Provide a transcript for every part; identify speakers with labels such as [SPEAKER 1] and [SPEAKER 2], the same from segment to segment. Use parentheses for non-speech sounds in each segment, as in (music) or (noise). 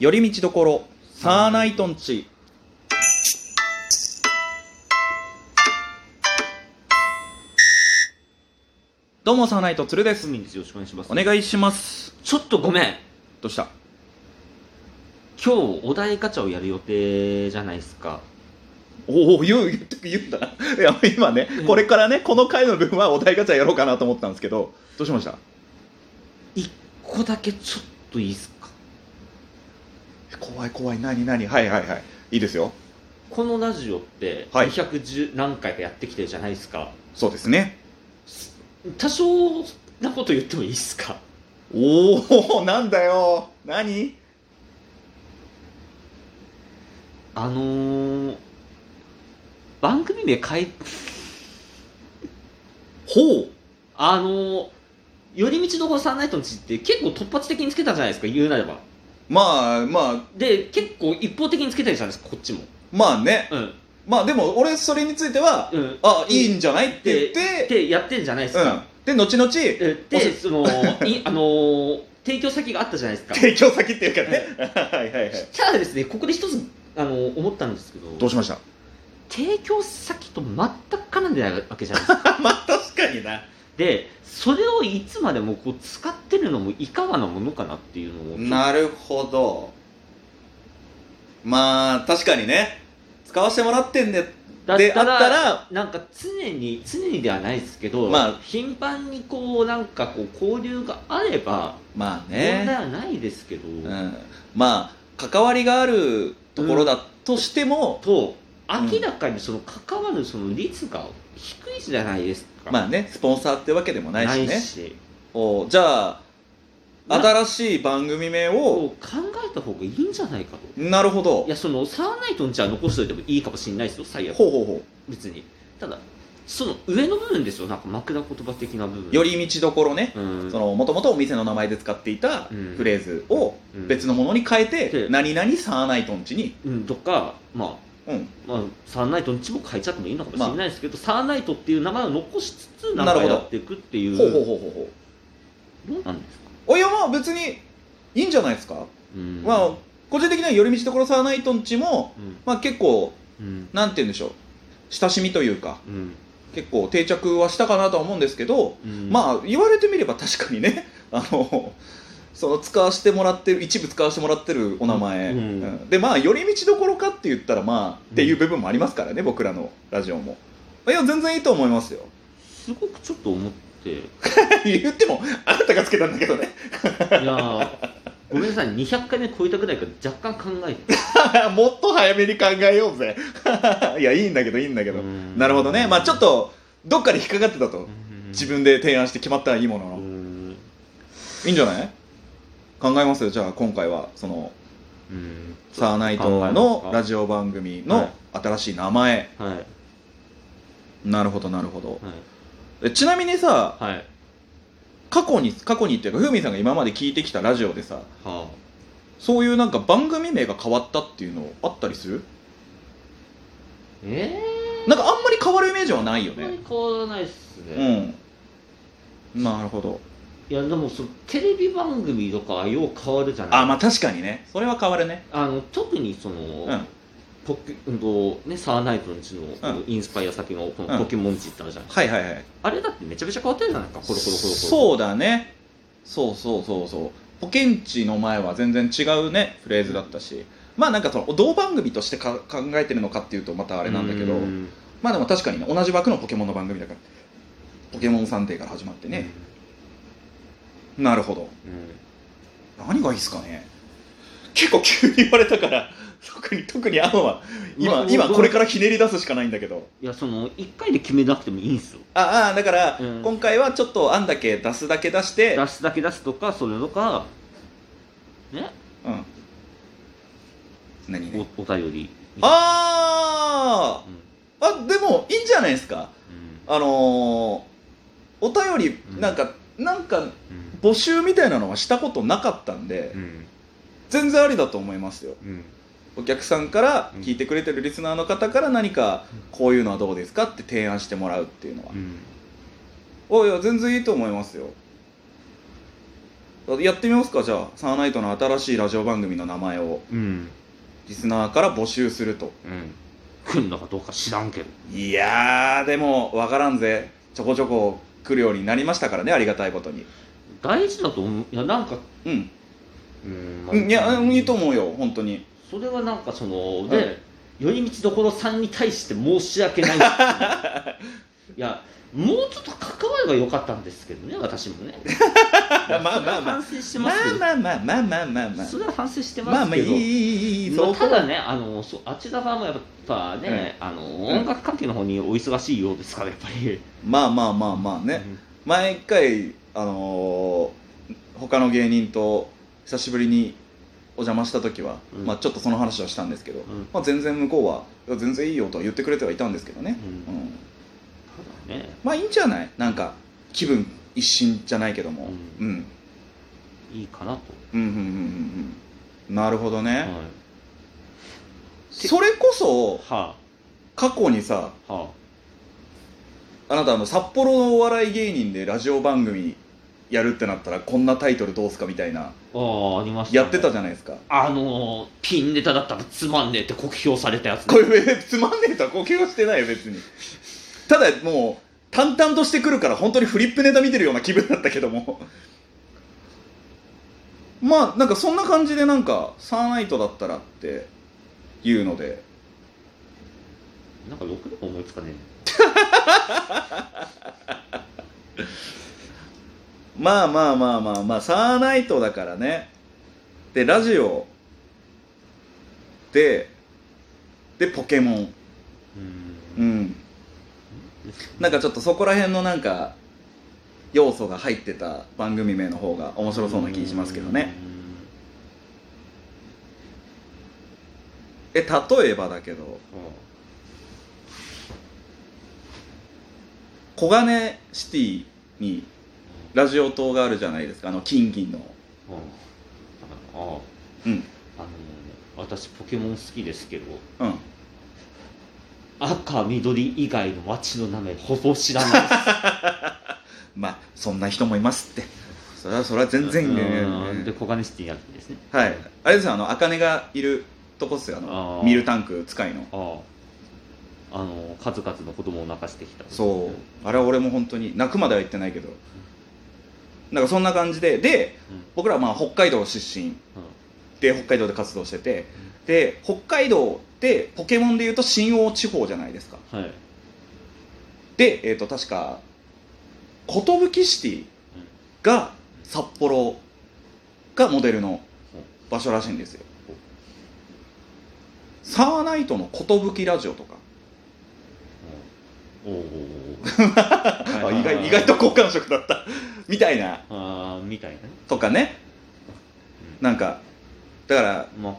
[SPEAKER 1] 寄り道どころサーナイトンチどうもサーナイトつるです
[SPEAKER 2] すみんですよろしくお願いします
[SPEAKER 1] お願いします
[SPEAKER 2] ちょっとごめん
[SPEAKER 1] どうした
[SPEAKER 2] 今日お題ガチャをやる予定じゃないですか
[SPEAKER 1] おお言う言って言うんだないや今ねこれからねこの回の分はお題ガチャやろうかなと思ったんですけどどうしました
[SPEAKER 2] 一個だけちょっといいですか
[SPEAKER 1] え怖い怖い何何はいはいはいいいですよ
[SPEAKER 2] このラジオって
[SPEAKER 1] はい
[SPEAKER 2] 210何回かやってきてるじゃないですか、
[SPEAKER 1] そうですね
[SPEAKER 2] 多少なこと言ってもいいですか
[SPEAKER 1] おおなんだよ何
[SPEAKER 2] あのー、番組名変え
[SPEAKER 1] ほう
[SPEAKER 2] あのー寄り道のこサンナイトの地って結構突発的につけたじゃないですか言うなれば
[SPEAKER 1] まあまあ
[SPEAKER 2] で結構一方的につけたじゃないですかこっちも
[SPEAKER 1] まあね
[SPEAKER 2] うん
[SPEAKER 1] まあでも俺それについては
[SPEAKER 2] うん
[SPEAKER 1] あいいんじゃないって言
[SPEAKER 2] で
[SPEAKER 1] って
[SPEAKER 2] でやってんじゃないです
[SPEAKER 1] う
[SPEAKER 2] か、
[SPEAKER 1] んで後々
[SPEAKER 2] えで、その、いあのー提供先があったじゃないで
[SPEAKER 1] (laughs)
[SPEAKER 2] すか。
[SPEAKER 1] 提供先っていうかねはいはいはい
[SPEAKER 2] ただですね、ここで一つ、あのー思ったんですけど、
[SPEAKER 1] どうしました
[SPEAKER 2] 提供先と全く絡んでないわけじゃないです
[SPEAKER 1] (laughs)
[SPEAKER 2] か。
[SPEAKER 1] まあ確かにな
[SPEAKER 2] で、それをいつまでもこう使ってるのもいかがなものかなっていうのを、
[SPEAKER 1] なるほどまあ確かにね使わせてもらってんで
[SPEAKER 2] だっ
[SPEAKER 1] であ
[SPEAKER 2] た
[SPEAKER 1] っ
[SPEAKER 2] ら
[SPEAKER 1] たら
[SPEAKER 2] なんか常に、常にではないですけど、
[SPEAKER 1] まあ
[SPEAKER 2] 頻繁にこう、なんかこう、交流があれば、
[SPEAKER 1] まあ
[SPEAKER 2] 問
[SPEAKER 1] ね
[SPEAKER 2] 題はないですけど、
[SPEAKER 1] うん、まあ関わりがあるところだとしても、
[SPEAKER 2] と、明らかにその関わるその率が低いじゃないですか。
[SPEAKER 1] まあねスポンサーってわけでもないしね
[SPEAKER 2] ないし
[SPEAKER 1] おじゃあ
[SPEAKER 2] な
[SPEAKER 1] 新しい番組名
[SPEAKER 2] こう
[SPEAKER 1] を
[SPEAKER 2] 考えた方がいいんじゃないかと
[SPEAKER 1] なるほど
[SPEAKER 2] いやそのサーナイトンじゃあ残しといてもいいかもしれないですよ最悪
[SPEAKER 1] ほうほうほ
[SPEAKER 2] 別にただその上の部分ですよなんか枕言葉的な部分
[SPEAKER 1] う寄り道どころね
[SPEAKER 2] うん
[SPEAKER 1] そのもともとお店の名前で使っていた
[SPEAKER 2] うん
[SPEAKER 1] フレーズを
[SPEAKER 2] うん
[SPEAKER 1] 別のものに変えて、
[SPEAKER 2] うん
[SPEAKER 1] 何々サーナイトンチに、
[SPEAKER 2] うんとかま
[SPEAKER 1] うん、
[SPEAKER 2] あまあ、サーナイトンちも変えちゃってもいいのかもしれないですけど、サーナイトっていう名前を残しつつ名
[SPEAKER 1] なる
[SPEAKER 2] 前
[SPEAKER 1] ほど
[SPEAKER 2] をやっていくっていう
[SPEAKER 1] ほうほうほうほうほう
[SPEAKER 2] どうなんですか、
[SPEAKER 1] おいやまあ別にいいんじゃないですか、
[SPEAKER 2] うん
[SPEAKER 1] まあ個人的には寄り道どころサーナイトンチも、
[SPEAKER 2] うん
[SPEAKER 1] まあ、結構
[SPEAKER 2] うん
[SPEAKER 1] なんて言うんでしょう親しみというか
[SPEAKER 2] うん
[SPEAKER 1] 結構定着はしたかなとは思うんですけど、
[SPEAKER 2] うん
[SPEAKER 1] まあ言われてみれば確かにねあのその使わせてもらってる一部使わせてもらってるお名前、
[SPEAKER 2] うん
[SPEAKER 1] うんでまあ寄り道どころかって言ったらまあ
[SPEAKER 2] うん
[SPEAKER 1] っていう部分もありますからね、僕らのラジオもいや全然いいと思いますよ (laughs)
[SPEAKER 2] すごくちょっと思ってい
[SPEAKER 1] 言ってもあなたがつけたんだけどね (laughs)
[SPEAKER 2] やーごめんなさい200回目超えたぐらいから若干考えて
[SPEAKER 1] もっと早めに考えようぜ (laughs) いやいいんだけどいいんだけど、なるほどねまあちょっとどっかで引っかかってたと、自分で提案して決まったらいいものの、
[SPEAKER 2] 分
[SPEAKER 1] いいんじゃない考えますよじゃあ今回はそのサーナイトのラジオ番組の新しい名前、
[SPEAKER 2] オはい
[SPEAKER 1] なるほどなるほど
[SPEAKER 2] は
[SPEAKER 1] えちなみにさ
[SPEAKER 2] いはい
[SPEAKER 1] 過去に過去にっていうかふうみんさんが今まで聞いてきたラジオでさ
[SPEAKER 2] は
[SPEAKER 1] そういうなんか番組名が変わったっていうのあったりする
[SPEAKER 2] え
[SPEAKER 1] なんかあんまり変わるイメージはない
[SPEAKER 2] え
[SPEAKER 1] よ
[SPEAKER 2] あんま
[SPEAKER 1] ね
[SPEAKER 2] り変わらないっす
[SPEAKER 1] う
[SPEAKER 2] ね、
[SPEAKER 1] んなるほど
[SPEAKER 2] いやでもそのテレビ番組とかはよう変わるじゃない
[SPEAKER 1] あまあ確かにねそれは変わるね
[SPEAKER 2] あの特にその、
[SPEAKER 1] うん
[SPEAKER 2] ポケうんとね、サーナイトのうちの、
[SPEAKER 1] うん
[SPEAKER 2] インスパイア先のこ
[SPEAKER 1] う
[SPEAKER 2] の
[SPEAKER 1] ん
[SPEAKER 2] ポケモンチってあるじゃない、
[SPEAKER 1] はいはいはい
[SPEAKER 2] あれだってめちゃめちゃ変わってるじゃないですかコロコロコロコロう
[SPEAKER 1] そうだねそうそうそうそうポケンチの前は全然違うねフレーズだったしまあなんかその同番組としてか考えてるのかっていうとまたあ
[SPEAKER 2] あ
[SPEAKER 1] れなんだけどまあでも確かにね同じ枠のポケモンの番組だからポケモン3定から始まってね、なるほど何がいいっすかね結構急に言われたから (laughs) 特に特にアンは今
[SPEAKER 2] うん
[SPEAKER 1] 今これからひねり出すしかないんだけど
[SPEAKER 2] いやその1回で決めなくてもいいんすよ
[SPEAKER 1] ああだから、
[SPEAKER 2] うん
[SPEAKER 1] 今回はちょっと案だけ出すだけ出して
[SPEAKER 2] 出すだけ出すとかそれとかね
[SPEAKER 1] うん何、ね、
[SPEAKER 2] おお便り
[SPEAKER 1] あ
[SPEAKER 2] うん
[SPEAKER 1] ーあでもいいんじゃないですかあのー、お便
[SPEAKER 2] うん
[SPEAKER 1] りなんか、なんか
[SPEAKER 2] うん
[SPEAKER 1] 募集みたいなのはしたことなかったんで、
[SPEAKER 2] うん
[SPEAKER 1] 全然ありだと思いますよ
[SPEAKER 2] うん
[SPEAKER 1] お客さんから
[SPEAKER 2] うん
[SPEAKER 1] 聞いてくれてるリスナーの方から何かこういうのはどうですかって提案してもらうっていうのは、
[SPEAKER 2] うん
[SPEAKER 1] おいや全然いいと思いますよやってみますかじゃあサーナイトの新しいラジオ番組の名前を
[SPEAKER 2] うん
[SPEAKER 1] リスナーから募集すると
[SPEAKER 2] うん来んのかどうか知らんけど
[SPEAKER 1] いやーでもわからんぜちょこちょこ来るようになりましたからねありがたいことに
[SPEAKER 2] 大事だと思ういやなんか
[SPEAKER 1] うん、
[SPEAKER 2] うん、まあ
[SPEAKER 1] うんいやうんいいと思うよ本当に
[SPEAKER 2] それはなんかその
[SPEAKER 1] ん
[SPEAKER 2] ね、寄り道どころさんに対して申し訳ないっていういやもうちょっと関わればよかったんですけどね私もね
[SPEAKER 1] まあまあまあ
[SPEAKER 2] それは反省して
[SPEAKER 1] ま
[SPEAKER 2] ま
[SPEAKER 1] あ
[SPEAKER 2] すけど、
[SPEAKER 1] まあまあまあまあまあまあ
[SPEAKER 2] それは反省して
[SPEAKER 1] まあ
[SPEAKER 2] ます
[SPEAKER 1] まあ
[SPEAKER 2] け
[SPEAKER 1] いい
[SPEAKER 2] ど、
[SPEAKER 1] いいいい
[SPEAKER 2] まあ
[SPEAKER 1] そ
[SPEAKER 2] た
[SPEAKER 1] こ
[SPEAKER 2] だねあのそうあちら側もやっぱね、あの音楽関係の方にお忙しいようですからやっぱり
[SPEAKER 1] まあまあまあまあね、前一回あのー他の芸人と久しぶりにお邪魔した時は、
[SPEAKER 2] うん
[SPEAKER 1] まあ、ちょっとその話をしたんですけど、
[SPEAKER 2] ん
[SPEAKER 1] まあ、全然向こうはいや全然いいよとは言ってくれてはいたんですけどね、
[SPEAKER 2] うん
[SPEAKER 1] うん
[SPEAKER 2] ただね
[SPEAKER 1] まあいいんじゃないなんか気分一新じゃないけども、う
[SPEAKER 2] うんん
[SPEAKER 1] うん、
[SPEAKER 2] いいかなと、
[SPEAKER 1] うんうんうんうんなるほどね、
[SPEAKER 2] はい
[SPEAKER 1] それこそ
[SPEAKER 2] は
[SPEAKER 1] 過去にさ
[SPEAKER 2] あは
[SPEAKER 1] あなたあの札幌のお笑い芸人でラジオ番組やるってなったらこんなタイトルどうすかみたいな
[SPEAKER 2] あああありましたね、
[SPEAKER 1] やってたじゃないですか
[SPEAKER 2] あのーピンネタだったらつまんねえって酷評されたやつね
[SPEAKER 1] これえつまんねえとは呼吸はしてないよ別にただもう淡々としてくるから本当にフリップネタ見てるような気分だったけどもまあなんかそんな感じでなんかサーナイトだったらっていうので
[SPEAKER 2] なんかろくでも思いつかね
[SPEAKER 1] まあまあまあまあまあサーナイトだからねでラジオででポケモン
[SPEAKER 2] えうん
[SPEAKER 1] うんなんかちょっとそこら辺のなんか要素が入ってた番組名の方が面白そうな気しますけどねえ例えばだけど
[SPEAKER 2] うんうん
[SPEAKER 1] 小金シティにラジオ塔があるじゃないですかあの金銀の
[SPEAKER 2] うんああ
[SPEAKER 1] うん
[SPEAKER 2] あのね私ポケモン好きですけど
[SPEAKER 1] うん
[SPEAKER 2] 赤緑以外の街の名前ほぼ知らないです
[SPEAKER 1] まあそんな人もいますってそれはそれは (laughs) 全然
[SPEAKER 2] うんで
[SPEAKER 1] ね
[SPEAKER 2] 小金シティにあるんですね
[SPEAKER 1] はいあれですよあの茜がいるとこっすよあの
[SPEAKER 2] あー
[SPEAKER 1] ミルタンク使いの
[SPEAKER 2] あああの数々の子供を泣かしてきた
[SPEAKER 1] そうあれは俺も本当に泣くまでは言ってないけどなんかそんな感じでで
[SPEAKER 2] うん、うん
[SPEAKER 1] 僕らはまあ北海道出身で北海道で活動しててで北海道ってポケモンでいうと新大地方じゃないですか
[SPEAKER 2] はい
[SPEAKER 1] で、えー、と確か寿シティが札幌がモデルの場所らしいんですよ
[SPEAKER 2] うん
[SPEAKER 1] サーナイトの寿ラジオとか、
[SPEAKER 2] おお
[SPEAKER 1] あ意外意外と好感触だったみたいな
[SPEAKER 2] (laughs) ああみたいなね
[SPEAKER 1] とかねなんかだから
[SPEAKER 2] まあ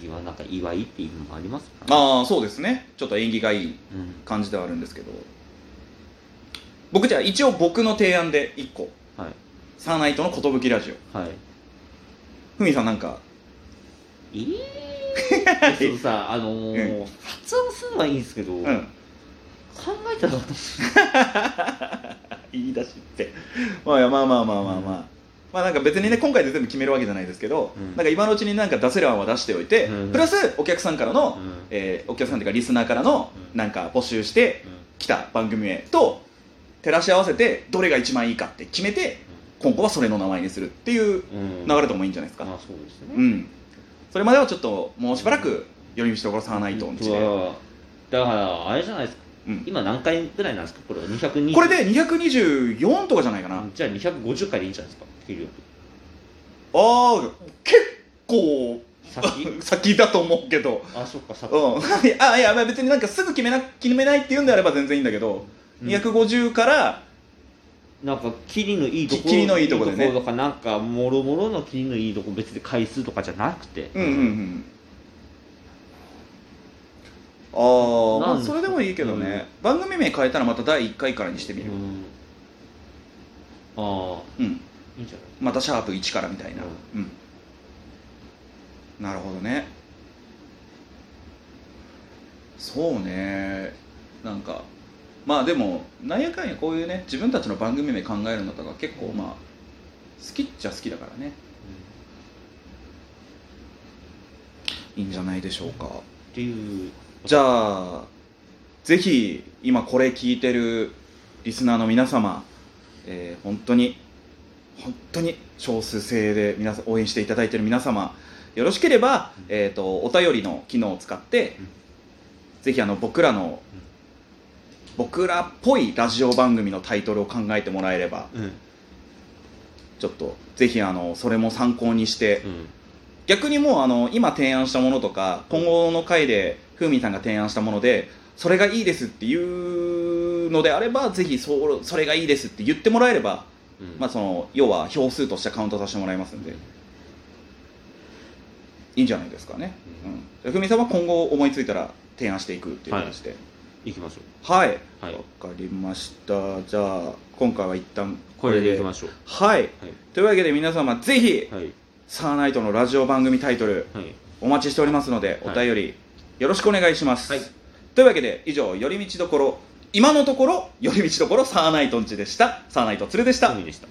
[SPEAKER 2] 寿はなんか祝いっていうのもありますからあ
[SPEAKER 1] まあそうですねちょっと縁起がいい
[SPEAKER 2] うん
[SPEAKER 1] 感じではあるんですけど僕じゃあ一応僕の提案で1個
[SPEAKER 2] はい
[SPEAKER 1] サーナイトの寿ラジオ
[SPEAKER 2] はい
[SPEAKER 1] ふみさんなんか
[SPEAKER 2] ええ (laughs) そうさあのー発音するのはいいんですけど、
[SPEAKER 1] う
[SPEAKER 2] 考
[SPEAKER 1] ん
[SPEAKER 2] えたら私
[SPEAKER 1] 言い出しってまあいやまあまあまあまあまあ、まあなんか別にね今回で全部決めるわけじゃないですけど、
[SPEAKER 2] うん
[SPEAKER 1] なんか今のうちになんか出せる案は出しておいて、
[SPEAKER 2] うん
[SPEAKER 1] プラスお客さんからの、えーお客さんというかリスナーからの
[SPEAKER 2] うん
[SPEAKER 1] なんか募集してきた番組名と照らし合わせてどれが一番いいかって決めて今後はそれの名前にするっていう
[SPEAKER 2] うん
[SPEAKER 1] 流れともいいんじゃないですか、
[SPEAKER 2] まあそうですね、
[SPEAKER 1] うんそれまではちょっともうしばらく寄り道どころさわないとんちで、
[SPEAKER 2] 本当はだからあれじゃないですか
[SPEAKER 1] うん
[SPEAKER 2] 今何回ぐらいなんですかこれは220
[SPEAKER 1] これで224とかじゃないかな、
[SPEAKER 2] じゃあ250回でいいんじゃないですか給料
[SPEAKER 1] ああ結構
[SPEAKER 2] 先
[SPEAKER 1] 先だと思うけど
[SPEAKER 2] あそっか先、
[SPEAKER 1] うんあいやまあ別になんかすぐ決めな決めないっていうんであれば全然いいんだけど、250から
[SPEAKER 2] なんか切りのいいとこ
[SPEAKER 1] き切りのいいとこでね
[SPEAKER 2] いいとかなんかもろもろの切りのいいとこ別に回数とかじゃなくて
[SPEAKER 1] うんうんうん、ああ
[SPEAKER 2] なん
[SPEAKER 1] まあそれでもいいけどね、番組名変えたらまた第1回からにしてみる
[SPEAKER 2] うんああ
[SPEAKER 1] うん、
[SPEAKER 2] いいんじゃない
[SPEAKER 1] またシャープ1からみたいな
[SPEAKER 2] う
[SPEAKER 1] うん、なるほどねそうねなんかまあでもなんやかんやこういうね自分たちの番組名考えるのとか結構まあ好きっちゃ好きだからねいいんじゃないでしょうか
[SPEAKER 2] っていう
[SPEAKER 1] じゃあぜひ今これ聞いてるリスナーの皆様、えー本当に本当に少数精鋭で皆さん応援していただいてる皆様よろしければ、
[SPEAKER 2] うん
[SPEAKER 1] えー、とお便りの機能を使って、
[SPEAKER 2] うん
[SPEAKER 1] ぜひあの僕らの、
[SPEAKER 2] うん
[SPEAKER 1] 僕らっぽいラジオ番組のタイトルを考えてもらえれば
[SPEAKER 2] うんうん
[SPEAKER 1] ちょっとぜひあのそれも参考にして、逆にもうあの今提案したものとか今後の回でふうみんさんが提案したものでそれがいいですっていうのであればぜひそうそれがいいですって言ってもらえれば、
[SPEAKER 2] うん
[SPEAKER 1] まあ、その要は票数としてカウントさせてもらいますんでいいんじゃないですかね、うんじゃあふうみんさんは今後思いついたら提案していくという形で
[SPEAKER 2] いきましょう
[SPEAKER 1] はいわ、
[SPEAKER 2] はい
[SPEAKER 1] かりましたじゃあ今回は一旦
[SPEAKER 2] これでいきましょう
[SPEAKER 1] はいというわけで皆様ぜひ
[SPEAKER 2] はいはい
[SPEAKER 1] サーナイトのラジオ番組タイトル
[SPEAKER 2] はい
[SPEAKER 1] お待ちしておりますので、
[SPEAKER 2] はい
[SPEAKER 1] お便りよろしくお願いします、
[SPEAKER 2] はい
[SPEAKER 1] というわけで以上寄り道どころ今のところ寄り道どころサーナイトンチでしたサーナイトツルでした
[SPEAKER 2] 海でした